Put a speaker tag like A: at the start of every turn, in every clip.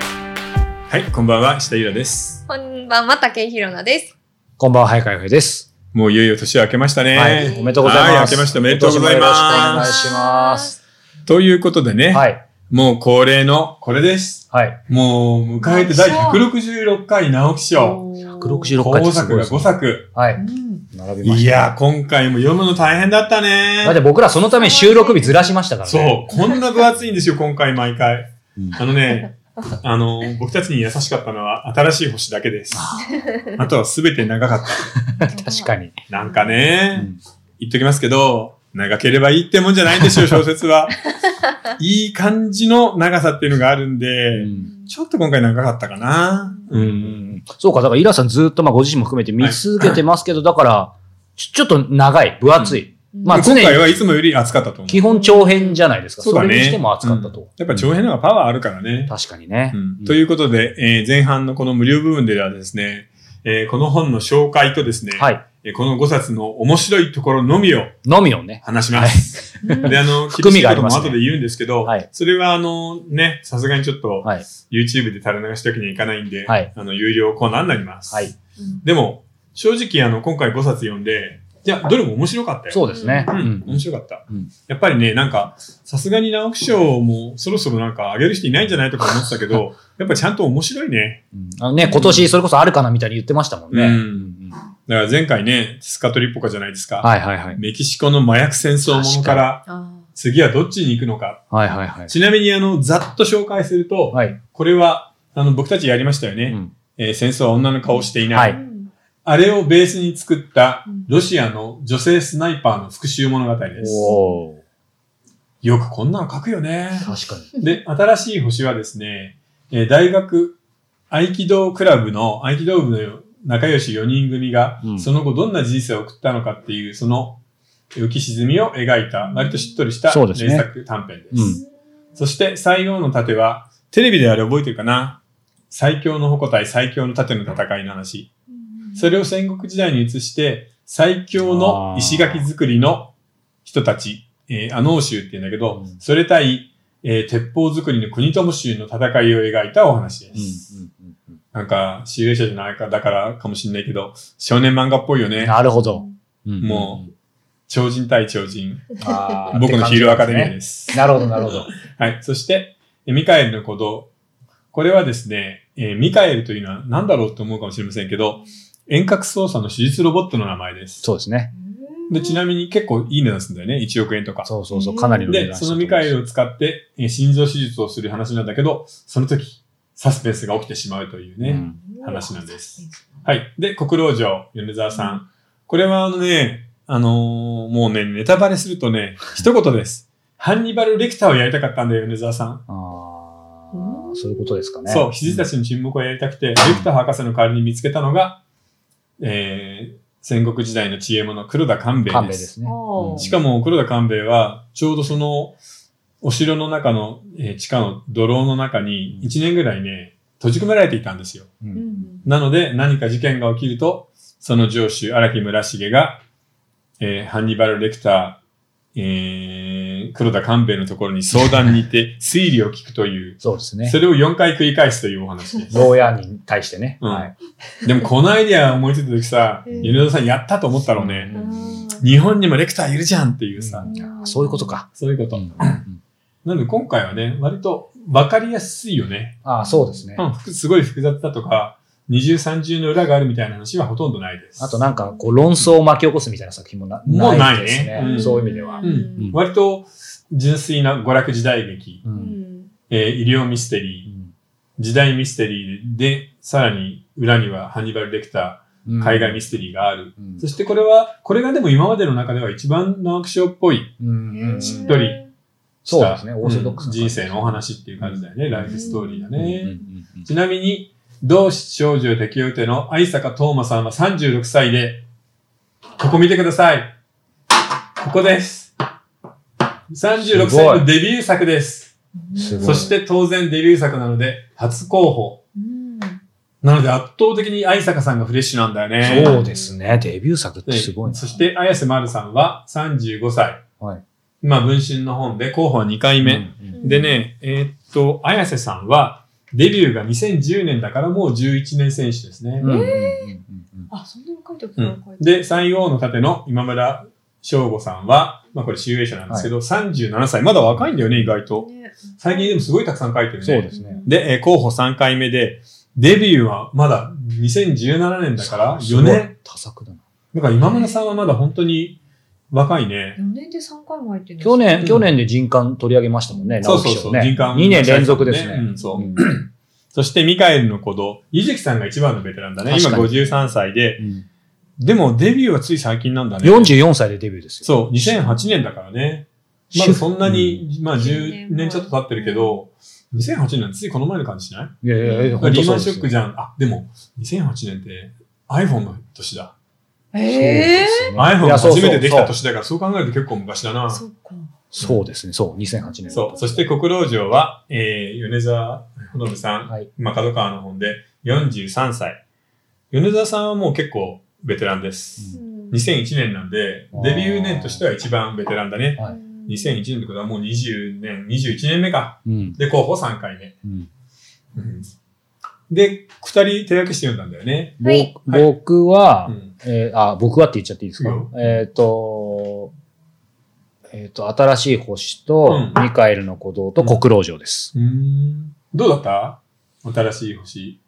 A: はい、こんばんは、下ゆらです。
B: こんばんは、竹井ひろなです。
C: こんばんは、早川洋平です。
A: もういよいよ年明けましたね。
C: はい、おめでとうござ
A: はい
C: いま
A: 明
C: す。
A: けましておめでとうございます
C: 今年もよろしくお願いします。
A: ということでね、
C: はい、
A: もう恒例のこれです。
C: はい。
A: もう迎えて第166回直木賞。
C: 166回
A: 大
C: ってす
A: 作
C: ごい
A: が
C: ですね
A: 5作。
C: はい。
B: うん
C: 並びま
A: い
C: し
A: やー、今回も読むの大変だった
C: た。だって
A: ね。
C: 僕らそのために収録日ずらしましたからね。
A: そう、こんな分厚いんですよ、今回毎回
C: うん。
A: あのね、あの、僕たちに優しかったのは新しい星だけ です。あとは全て長かった。
C: 確かに。
A: なんかね、
C: うん
A: 言っときますけど、長ければいいってもんじゃないんです よ、小説は。いい感じの長さっていうのがあるん
C: う
A: で、
C: ん
A: ちょっと今回長かったかな。う。
C: うんんそうか、だからイラさんずっとまあご自身も含めて見続けてますけど、だから、ちょちょっと長い、分厚い。まあ
A: 今
C: 常
A: 回
C: に
A: はいつもより熱かったと思う。
C: 基本長編じゃないですか。
A: そう
C: そ
A: だね
C: れにしても熱かったと。
A: やっぱ長編の方がパワーあるからね。
C: 確かにね
A: う。ん、ということで、えー前半のこの無料部分ではですね、えーこの本の紹介とですね、
C: はい。
A: えーこの5冊の面白いところのみを
C: のみをね。
A: 話します。で、あの、
C: 含みがあります
A: 厳
C: ね
A: しいことも後で言うんですけど、
C: はい
A: それはあの、ね、さすがにちょっと、
C: はい。
A: YouTube で垂れ流しだけにはいかないんで、
C: はい
A: あの、有料コーナーになります。
C: はい。
A: でも、正直、あの、今回5冊読んで、いや、どれも面白かったよ。
C: そうですね。
A: う、
C: うんん
A: 面白かった、
C: うん
A: やっぱりね、なんか、さすがに直木賞もそろそろなんか上げる人いないんじゃないとか思ってたけど、やっぱちゃんと面白いね。
C: うんあのね、今年それこそあるかなみたいに言ってましたもんね。
A: う
C: うんんうん
A: だから前回ね、スカトリッポカじゃないですか。
C: はいはいはい。
A: メキシコの麻薬戦争ものから、
B: あ
A: 次はどっちに行くのか。
C: はいはいはい。
A: ちなみに、あの、ざっと紹介すると、
C: はい。
A: これは、あの、僕たちやりましたよね。
C: うん
A: えー戦争は女の顔をしていない。
C: は
B: ー
C: い
B: うん
A: あれをベースに作ったロシアの女性スナイパーの復讐物語です。
C: おお。
A: よくこんなの書くよね。
C: 確かに。
A: で、新しい星はですね、えー大学合気道クラブの、合気道部の仲良し4人組が、
C: うん
A: その後どんな人生を送ったのかっていう、その浮き沈みを描いた、割としっとりした
C: そう
A: 名
C: ですね
A: 作短編です。そ
C: うん
A: して、最後の盾は、テレビであれ覚えてるかな最強の矛対最強の盾の戦いの話。それを戦国時代に移して、最強の石垣作りの人たち、えー、アノー州って言うんだけど、
C: うん
A: それ対、えー鉄砲作りの国友州の戦いを描いたお話です。なんか、集英者じゃないか、だからかもしれないけど、少年漫画っぽいよね。
C: なるほど。
A: も超人対超人。
C: うん、あー
A: 僕のヒーローアカデミア
C: って感
A: です。
C: じですねなるほど、なるほど。
A: はい。そして、えーミカエルの鼓動。これはですね、えーミカエルというのは何だろうと思うかもしれませんけど、遠隔操作の手術ロボットの名前です。
C: そうですね。
A: で、ちなみに結構いい値段するんだよね。1億円とか。
C: そうそうそう、かなりの値
A: で、
C: 段
A: そのミカエルを使って、えー心臓手術をする話なんだけど、その時、サスペンスが起きてしまうというね。
C: うん
A: 話なんです。はい。で、国老城、米沢さん。これはあのね、あのーもうね、ネタバレするとね、一言です。ハンニバル・レクターをやりたかったんだよ、米沢さん。
C: あーそういうことですかね。
A: そう、羊たちの沈黙をやりたくて、レクター博士の代わりに見つけたのが、えー、戦国時代の知恵者、黒田官兵衛
C: 勘
A: で。
C: 弁ですすね。
B: おー
A: しかも黒田官兵衛は、ちょうどその、お城の中の、えー地下の土楼の中に1年ぐらいね、閉じ込められていたんですよ。
C: う
B: うんん
A: なので、何か事件が起きると、その上司、荒木村重が、えーハンニバル・レクター、えー、黒田官兵衛のところに相談に行って、推理を聞くという、
C: そうですね
A: そ。れを4回繰り返すというお話 です。
C: 牢屋に対してね。
A: うん
C: はい。
A: でも、このアイデア思いついた時さ、
B: うん
A: 米田さんやったと思ったろうね。
C: うん
A: 日本にもレクターいるじゃんっていうさ、
B: うん
C: そういうことか。
A: そういうこと。
C: うん
A: なので今回はね、割と分かりやすいよね。
C: ああ、そうですね。
A: うん、ふくすごい複雑だとか、二重三重の裏があるみたいな話はほとんどないです。
C: あとなんか、こう、論争を巻き起こすみたいな作品もな
A: もうないね
C: いです
A: う
C: ね。
A: ん
C: そういう意味では。
B: う
A: うん
B: ん
A: 割と純粋な娯楽時代劇、
C: うん
B: うん
A: えー医療ミステリー、時代ミステリーで、さらに裏にはハンニバル・レクター、海外ミステリーがある。
C: うん
A: そしてこれは、これがでも今までの中では一番直木賞っぽい、
C: うん
A: しっとりした
C: そうですねオーソドックスな
A: 人生のお話っていう感じだよね、ライフストーリーだ
C: うんうん
A: ね。
C: うんうん
A: ちなみに、同少女適用手の愛坂東馬さんは36歳で、ここ見てください。ここです。36
C: すご
A: 歳
C: い
A: のデビュー作です。
C: すごい
A: そして当然デビュー作なので、初候補。
B: うん
A: なので圧倒的に愛坂さんがフレッシュなんだよね。
C: そうですね。デビュー作ってすごい
A: で
C: な。
A: そして、綾瀬丸さんは35歳。
C: はい
A: 今、文春の本で候補は2回目。
C: うんうん
A: でね、えーっと、綾瀬さんは、デビューが2010年だからもう11年選手ですね。
C: うんうんうんうん
B: あ、そんな若い時
A: う
B: から
A: ん
B: 書いて
A: で、三王の盾の今村翔吾さんは、まあこれ集英社なんですけど、37歳。まだ若いんだよね、意外と。
B: ね
A: 最近でもすごいたくさん書いてるね。
C: そうですね。
A: で、えー候補3回目で、デビューはまだ2017年だから
C: す
A: 4
C: ごい
A: 年。。
C: 多作だな。
A: だから今村さんはまだ本当に若いね。
B: 4年で3回も入ってるんです
C: 去
B: よ
C: 年、
A: うん
C: 去年で人間取り上げましたもんね、
A: そう
C: 直
A: そう
C: 木賞
A: そう。
C: ね。
A: 人間
C: 2年連続ですね。
A: うん、そう。
C: うん
A: そしてミカエルの鼓動。ゆずきさんが一番のベテランだね。今
C: 確かに
A: 53歳で。
C: うん
A: でもデビューはつい最近なんだね。
C: 44歳でデビューですよ。
A: そう、2008年だからね。まだそんなに、まあ10年ちょっと経ってるけど、2008年なんてついこの前の感じしない
C: いやいやいや、
B: ほ
C: 本
A: リ
C: 当
A: ーマ
C: そう
A: ンシ
C: で
A: ョ
C: す
A: ックじゃん。あ、でも、2008年って iPhone の年だ。
B: ええ
C: そうですね
A: iPhone
C: い
A: が
C: やそう
A: 初
C: そ
A: め
C: う
A: てできた年だから、そう考えると結構昔だな。
B: そっか。
C: そうですね、そう、2008年。
A: そう。そして、国老城は、えー、米沢ほのぶさん、
C: はい。
A: まあ、角川の本で43歳。米沢さんはもう結構ベテランです。2001年なんで、デビュー年としては一番ベテランだね。
C: はい
A: 2001年ってことはもう20年、21年目か。
C: うん。
A: で、候補3回目。
C: うん
A: で、2人手分けして読んだんだよね。
B: はい
C: 僕僕は、
A: うん
C: えーあ、僕はって言っちゃっていいですか、
A: いいよ
C: えっ、と、えっ、と、新しい星と、
A: うん
C: ミカエルの鼓動と
A: うん
C: 国老城です。
A: うーん。どうだった新しい星。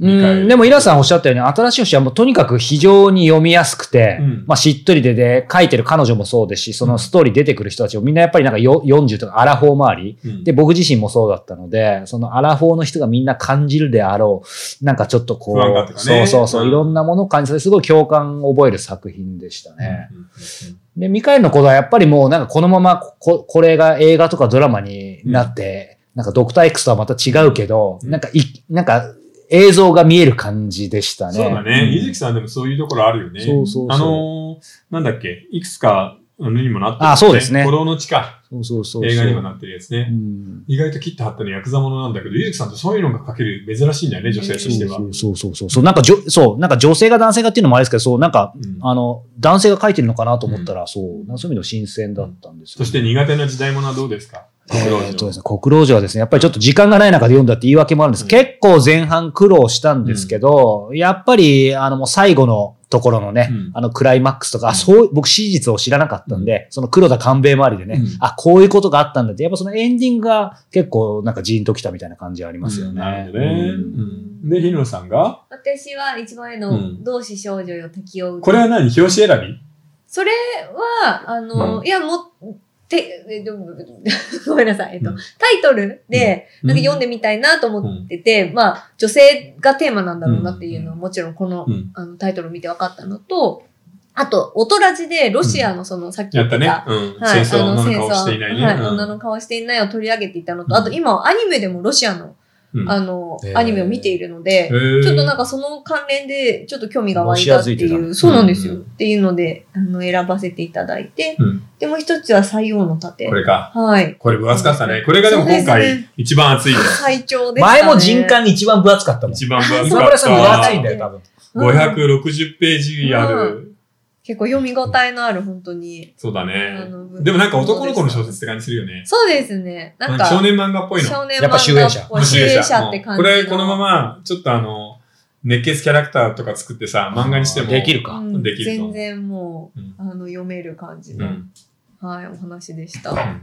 C: う
A: ミカエ
C: ん、
A: ル
C: でも、イラさんおっしゃったように、新しい星はもうとにかく非常に読みやすくて、
A: うん
C: まあ、しっとりでで、書いてる彼女もそうですし、そのストーリー出てくる人たちもみんなやっぱりなんかよ40とかアラフォー周り、
A: うん
C: で、僕自身もそうだったので、そのアラフォーの人がみんな感じるであろう、なんかちょっとこう、
A: 不安感とかね
C: そうそうそう、
A: うん
C: いろんなものを感じさせて、すごい共感を覚える作品でしたね。
A: うんうんうん
C: で、ミカエルのことはやっぱりもうなんかこのままこ、これが映画とかドラマになって、なんかドクター X とはまた違うけど、
A: うん
C: なんかい、なんか映像が見える感じでしたね。
A: そうだね。
C: ん
A: ゆずきさんでもそういうところあるよね。
C: そうそうそう
A: あのー、なんだっけ、いくつかあのにもなってる、
C: あそうですね
A: 鼓動の地下、
C: そうそうそうそう。
A: 映画にもなってるやつ
C: う
A: ね。
C: ん
A: 意外と切って貼ったのヤクザものなんだけど、ゆずきさんってそういうのが書ける珍しいんだよね、女性としては。
C: そうそうそうそうそう。なんかじょ、そう、なんか女性が男性がっていうのもあれですけど、そう、なんか
A: うん
C: あの、男性が書いてるのかなと思ったら、そう、なそういう意味でも新鮮だったんですよ、
A: そして、苦手な時代物はどうですか
C: え
A: 黒
C: ーっ
A: 字
C: と
A: の
C: ですね、国老城はですね、やっぱりちょっと時間がない中で読んだって言い訳もあるんです。
A: うん
C: 結構前半苦労したんですけど、やっぱり、あの、もう最後のところのね、
A: うん
C: あの、クライマックスとか、
A: う
C: あ
A: ん
C: そう、僕、史実を知らなかったんで、その黒田官兵衛周りでね、
A: うん
C: あ、こういうことがあったんだって、やっぱそのエンディングが結構、なんかジーンときたみたいな感じはありますよね。
A: なるほどね。う
C: うん
A: んで、ひろさんが、
B: 私は一番上
A: う
B: の
A: ん
B: 同志少女よ敵を撃つ
A: これは何表紙選び
B: それは、あの、いや、もう、て、 えでもごめんなさい。えっと、
A: うん
B: タイトルで、なんか読ん
A: で、
B: でみたいなと思ってて、まあ、女性がテーマなんだろうなっていうのはもちろんこの,、
A: うん
B: あのタイトルを見て分かったのと、あと、音ラジでロシアのその、さっき
A: や
B: 言
A: っ
B: って
A: た
B: た、
A: ね。うん。
B: は
A: 戦
B: い、
A: 争
B: あ
A: の
B: の
A: 女
B: 戦
A: の
B: 争
A: 顔していないね。
B: はい、
A: うん
B: 女の顔していないを取り上げていたの
A: う
B: と、
A: ん
B: あと今はアニメでもロシアの、
A: うん
B: あの、
C: へー
B: アニメを見ているので、ちょっとなんかその関連でちょっと興味が湧いたってい
C: ロシア付いてた
B: う、
C: の
B: そうなんですよ、
A: うん
B: っていうので、あの、選ばせていただいて、
A: うん
B: でもう一つは西王の盾
A: こ。れか。
B: はい。
A: これ分厚かったね。これがでも今
B: そうです
A: 回一番熱いです。
B: 最長です、ね。
C: 前も人間一番分厚かったもん。
A: 一番分厚
C: 今
A: か
C: 村
A: っ
C: さん分
B: は
C: 厚
A: た
C: いん。だよ、多分。
B: うん
A: 560ページある。
B: 結構読み応えのある、本当に。
A: そうだ
B: あ
A: ね。
B: の
A: でもなんか男の子の小説って感じするよね。
B: そうですね。なんか、
A: 少年漫画っぽいの。
B: 少年
C: やっぱ集英社
B: 漫画っぽい集英社って
A: う
B: 感
A: ん
B: じ。
A: これこのまま、ちょっとあの、熱血キャラクターとか作ってさ、漫画にしても。
C: できるか。
B: うん
A: できると
B: 全然もう、
A: うん
B: あの読める感じ
A: う
B: の、
A: ん。
B: はい、お話でした。
A: だか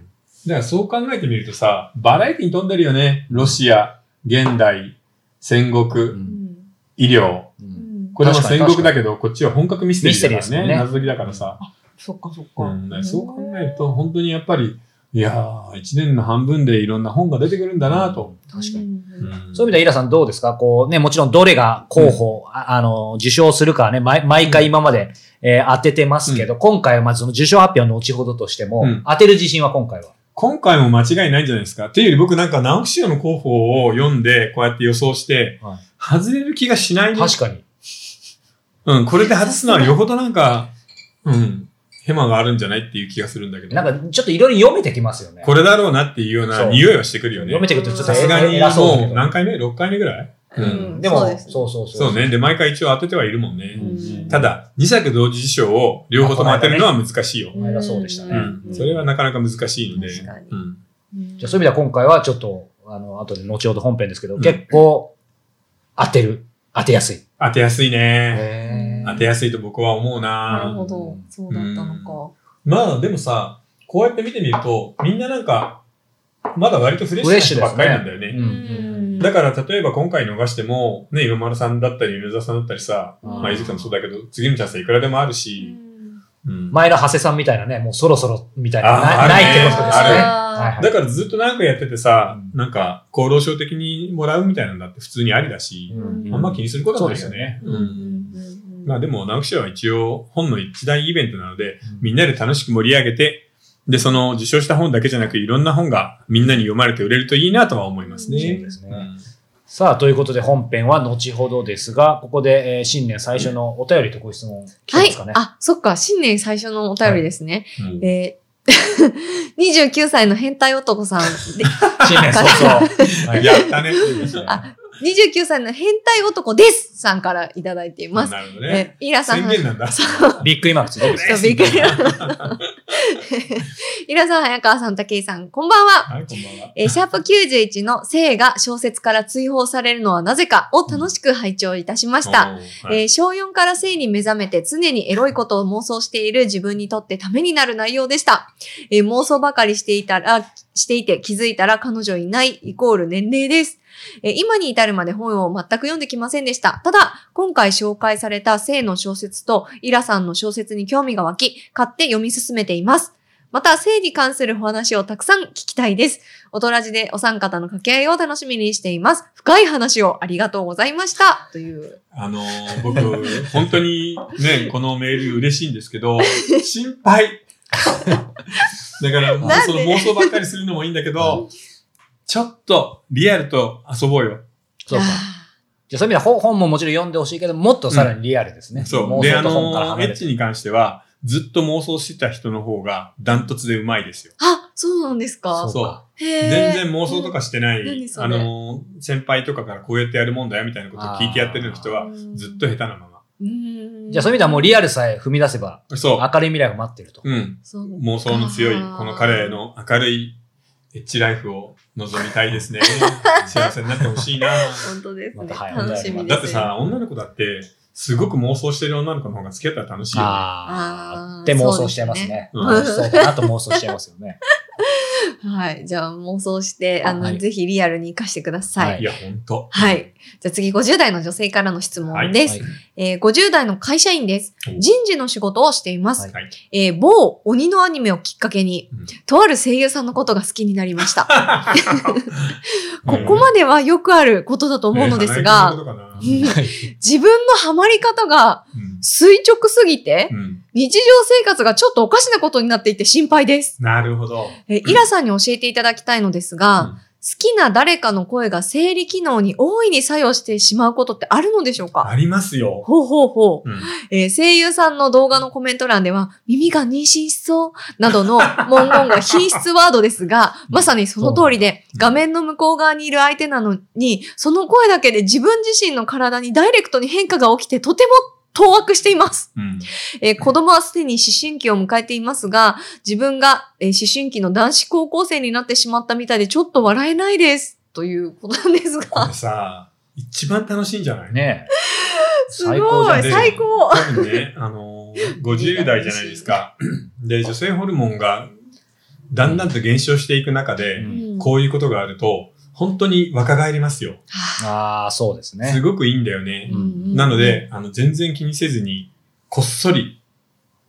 A: らそう考えてみるとさ、バラエティに飛んでるよね。ロシア、現代、戦
C: う
A: 国、
C: ん
B: ん
A: 医療。
C: う
B: うんん
A: これも
C: 確かに
A: 戦国だけど、こっちは本格ミステリーだ
C: ミ
A: か
C: ステリ
A: ら
C: ーですもん
A: ね。
C: ね
A: 謎解きだからさ。
B: そっかそっか。
A: うん、だからそう考えると、本当にやっぱり、いやー、一年の半分でいろんな本が出てくるんだなと。
C: 確かに。
B: に。
C: そういう意味では、イラさんどうですかこうね、もちろんどれが候補、ああの、受賞するかはね、毎毎回今まで、えー当ててますけど、今回はまずその受賞発表の後ほどとしても、
A: うん
C: 当てる自信は今回は。
A: 今回も間違いないんじゃないですか。っていうより僕なんか直木賞の候補を読んで、こうやって予想して、
C: はい
A: 外れる気がしないね
C: 確かに。
A: うん、これで外すのはよほどなんか、うん、ヘマがあるんじゃないっていう気がするんだけど。
C: なんか、ちょっといろいろ読めてきますよね。
A: これだろうなっていうような
C: そう
A: 匂いはしてくるよね
C: 読め。てくるとちょっと
A: さすがに
C: 偉そうだ
A: もう
C: け
A: 何回目 ?6 回目ぐらいうん
B: う
C: ど。
B: ん
C: で
B: そ
C: も、そうう
B: ですね
C: そうそう
A: そうね。で、毎回一応当ててはいるもんね。
C: うん
B: うん
A: ただ、2作同時受賞を両方とも当てるのは難しいよ
C: こ。の間そうでしたね。
A: うん。それはなかなか難しいので。
B: 確かに
A: うん
C: じゃあそういう意味では今回はちょっと、あの、後で後ほど本編ですけど、結構、当てる。当てやすい。
A: 当てやすいね。
C: へ
A: 当てやすいと僕は思う
B: なる
A: な
B: ほど。そうだったの
A: まあでもさ、こうやって見てみると、みんななんか、まだ割とフレ
C: フレッ
A: ッ
C: シ
A: シ
C: ュ
A: ュ
C: で
A: な人ば
C: す
A: っかりな
C: ね。
A: んだよね。
B: か。
C: うん
A: だから、例えば今回逃しても、ね、今丸さんだったり、梅沢さんだったりさ、
C: うん
A: まあ、伊豆さんもそうだけど、次のチャンスはいくらでもあるし、うん
C: 前の長谷さんみたいなね、もうそろそろみたい
A: あ
C: な、
A: ー
C: な
A: ある
C: な
A: ね
C: いってことですね。
A: ある
C: はいはい
A: だからずっとなんかやっててさ、
C: うん
A: なんか、厚労省的にもらうみたいなんだって普通にありだし、
B: うん
A: あんま気にすることはないですよ
C: そうです
A: ね。
B: うん
A: う
B: うんんうん
A: まあでも、直木賞は一応、本の一大イベントなので、み
C: ん
A: んなで楽しく盛り上げて、で、その受賞した本だけじゃなく、いろんな本がみんなに読まれて売れるといいなとは思いますね。
C: そうですね
A: ん
C: さあ、ということで本編は後ほどですが、ここで、えー新年最初のお便りとご質問来て
B: は
C: ま
B: い
C: すかね。。
B: あ、そっか。新年最初のお便りですね。
A: うん
B: えー 29歳の変態男さん。で
C: 新年早々。はい
A: やったね。
B: あ29歳の変態男ですさんからいただいています。
A: なるほどね。
B: えーイラさん
A: 宣
B: は、
A: 言なんだ。
C: ビッグイマークついてます。
B: そうびっくり イラさん、早川さん、武井さん、こんばんは。
A: はい、こんばんは。
B: えーシャープ91の性が小説から追放されるのはなぜかを楽しく拝聴いたしました。
A: おー。は
B: え
A: い
B: ー小4から性に目覚めて常にエロいことを妄想している自分にとってためになる内容でした。えー妄想ばかりしていたら、していて気づいたら彼女いないイコール年齢です。えー今に至るまで本を全く読んできませんでした。ただ、今回紹介された性の小説とイラさんの小説に興味が湧き、買って読み進めています。また、性に関するお話をたくさん聞きたいです。おとらじでお三方の掛け合いを楽しみにしています。深い話をありがとうございました。という。
A: あ のー僕、本当にね、このメール嬉しいんですけ ど、心配。 だから、もう
B: なん
A: そ
B: で
A: の妄想ばっかりするのもいいんだけど、ちょっとリアルと遊ぼうよ。
C: そうか。じゃあそういう意味では本本ももちろん読んでほし いけど、もっとさらにリアルですね。
A: そう。
C: 妄
A: で、
C: 想
A: あ
C: と本から
A: のー
C: 離
A: エ
C: れ
A: ッ
C: て。
A: チに関しては、ずっと妄想してた人の方がダントツでうまいですよ。
B: あ、そうなんですか。
A: そう
C: か
B: 全
A: 全然妄想とかしてない、
B: うん何それ
A: あのー先輩とかからこうやってやるもんだよみたいなことを聞いてやってる人は、ずっと下手なま
B: うん
C: じゃあそういう意味ではもうリアルさえ踏み出せば、
A: ま。そ
C: 明るい未来が待ってると。
A: う。うん。
B: そう
A: 妄想の強い、
B: あー
A: この彼の明るいエッチライフを望みたい ですね。幸せになってほしいな。
B: 本当ですね。
C: またはい
B: 楽しみです、ね。
A: だってさ、女の子だって、すごく妄想してる女の子の方が付き合ったら楽しいよ、ね。
C: あ
B: あー
C: ーって妄想しちゃいますね。
A: そううん
B: ですね
C: そうかなと妄想しちゃいますよね。
B: はい。じゃあ妄想して、あの、
C: はい
B: ぜひリアルに活かしてください。
C: は
B: はい。
A: いや、ほんと。
B: じゃあ次、50代の女性からの質問です。
C: はい
B: えー50代の会社員です。人事の仕事をしています。
C: はい
A: はい
B: えー某鬼のアニメをきっかけに、
A: うん
B: とある声優さんのことが好きになりました。こ
A: うん
B: こまではよくあることだと思うのですが、
A: ねえ花江
B: う
A: 君のこ
B: ん
A: とか
B: 自分のハマり方が垂直すぎて、
A: なうんうん
B: 日常生活がちょっとおかしなことになっていて心配です。
A: なるほど。
B: えイラさんに教えていただきたいのですが、
A: うん
B: 好きな誰かの声が生理機能に大いに作用してしまうことってあるのでしょうか
A: ありますよ。
B: ほうほうほう、
A: うん
B: えー声優さんの動画のコメント欄では、耳が妊娠しそうなどの 文言が品質ワードですが、まさにその通りで、
A: そうな
B: 画
A: んだ
B: 面の向こう側にいる相手なのに、その声だけで自分自身の体にダイレクトに変化が起きて、とても 当惑しています。
A: うん
B: えー子供はすでに思春期を迎えていますが、自分が、えー思春期の男子高校生になってしまったみたいでちょっと笑えないです。ということなんです
A: こ
B: が
A: れ。さ、一番楽しいんじゃない
C: ねえ。
B: す
C: 最高じ
B: ご
C: ゃ
B: い、
C: ん
A: ね
B: 最高。
A: 多分ね、あのー、50代じゃないですか。で、女性ホルモンがだんだんと減少していく中で、
C: うん
A: こういうことがあると、本当に若返りますよ。
C: ああ、そうです
A: す
C: ね。
A: ごくいいんだよね。なの、で、あの、全然気にせずに、こっそり、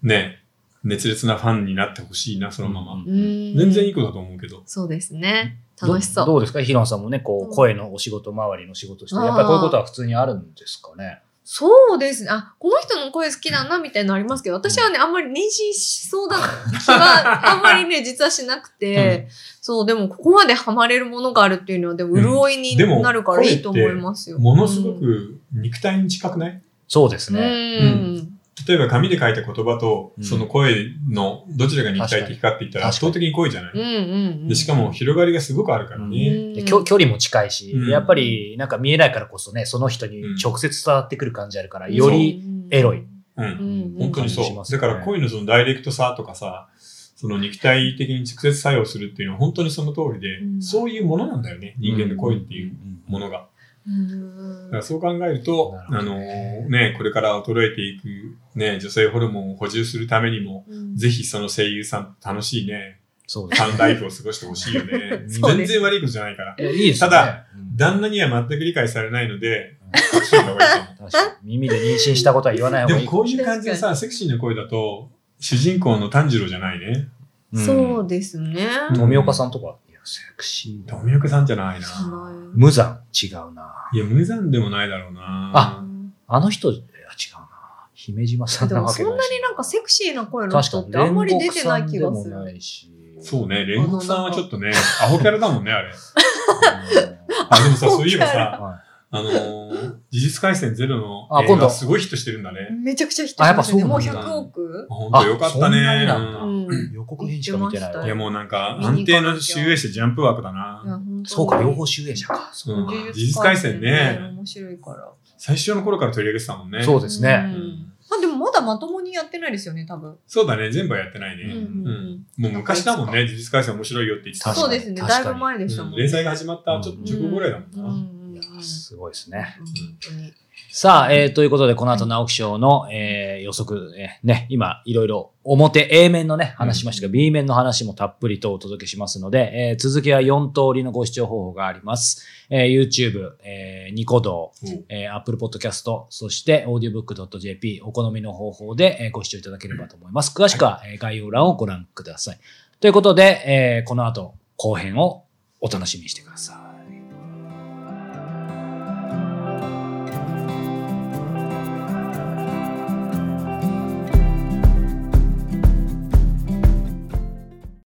A: ね、熱烈なファンになってほしいな、そのまま。
B: うんうん
A: 全然いいことだと思うけど。
B: そうですね。楽しそ
C: ど
B: う。
C: うですかヒロンさんもね、こ
B: うん
C: う、声のお仕事周りの仕事して、やっぱりこういうことは普通にあるんですかね。
B: そうですね。あ、この人の声好きだな、みたいなのありますけど、私はね、あんまり妊娠しそうだ気 は、あんまりね、実はしなくて、そう、でも、ここまでハマれるものがあるっていうのは、でも、潤いに
A: でも
B: なるからいいと思いますよ。
A: ものすご
B: うん、
A: く肉体に近くない
C: そうです
B: う
C: ね。
B: ん。
A: 例えば紙で書いた言葉と
C: う、ん
A: その声のどちらが肉体的かって言ったら
C: 確
A: 圧
C: かに
A: 倒的に声じゃない
B: うんうん
A: でしかも広がりがすごくあるからね。
C: で距距離も近いし、
A: うん
C: やっぱりなんか見えないからこそね、その人に直接伝わってくる感じあるから、より、エロい。
A: うん。
B: うん
A: 本当に
C: 感じし
A: そ
C: ま
A: う。
C: すよ
A: だ
C: ね
A: から恋のそのダイレクトさとかさ、その肉体的に直接作用するっていうのは本当にその通りで、
B: うん。
A: そういうものなんだよね、人間の声っていうものが。だからそう考えると、
C: なるほ
A: あ
C: ど
A: のね、これから衰えていく、ね、女性ホルモンを補充するためにも、ぜひその声優さん楽しいね、
C: そうで
A: ファンライフを過ごしてほしいよね
B: そう
A: 全
B: です
A: 然悪いことじゃないから。
C: す。いいですね。
A: ただ
C: うん、
A: 旦那には全く理解されないので、楽しんだ方がいいと思う
C: 確かに耳で妊娠したことは言わない方
A: で
C: が い
A: も
C: い。
A: こういう感じでさ、セクシーな声だと、主人公の炭治郎じゃないね。
C: ん
B: そうですね。
C: 富岡さんとか、いや、セクシーだ。
A: 富岡さんじゃないな。
C: 無残、違うな。
A: いや、無残でもないだろうな。
C: ああの人、いや違うな。姫島さん
B: で
C: な
B: も
C: わけ
B: そん
C: だ
B: なになんかセクシーな声の
C: 確
B: 人
C: か
B: っ
C: に
B: てあんまり出てない気がす
C: 煉獄さんでもな
B: る。
C: いし
A: そうね、煉獄さんはちょっとね、アホキャラだもんね、あれ。
C: う
A: あ、でもさ、そういえば
C: ん
A: さ、
C: はい
A: あのー、呪術廻戦ゼロの
C: あ
A: 映
C: 今度
A: 画すごいヒットしてるんだね。
B: めちゃくちゃ人
C: あやっぱそう
B: もうん
C: なだ
B: 100億
A: 本当よかった
C: あそんな
A: ね
C: に。なんだ
A: うん
B: うん。
C: 予告編しか見てないわ
A: いや、もうなんか、安定の集英してジャンプ枠だな。
C: そうか、両
B: よ。
C: 方集英者か。
A: うん
B: 呪
A: 呪
B: 術
A: 術
B: 廻
A: 廻
B: 戦
A: 戦
B: ね。
A: ね、
B: 面白いから。
A: 最初の頃から取り上げてたもんね。
C: そうです
B: う
C: ね。
B: んまあでもまだまともにやってないですよね、多分。
A: そうだね、全部はやってないね。
B: うん
A: う
B: うん
A: んもう昔だもんね、呪術廻戦面白いよって言ってた
C: 確かに
A: し
B: そうですね、
C: 確か
B: だい
C: に
B: ぶ前でした
A: う
B: も
A: ん
B: ん
A: 連
B: ね。
A: 載が始まったちょっと直後ぐらいだもん
B: うん
A: な。
B: うんうん
C: いや、すごいですね。
B: 本当に。
C: さあ、えーということで、この後、直木賞の、えー予測、えーね、今、いろいろ、表、A 面のね、話しましたが、B 面の話もたっぷりとお届けしますので、えー続きは4通りのご視聴方法があります。えー YouTube、えーニコ動、
A: うん
C: えー Apple Podcast、そして audiobook.jp、お好みの方法で、えーご視聴いただければと思います。詳しくは、えー概要欄をご覧ください。ということで、えーこの後、後編をお楽しみにしてください。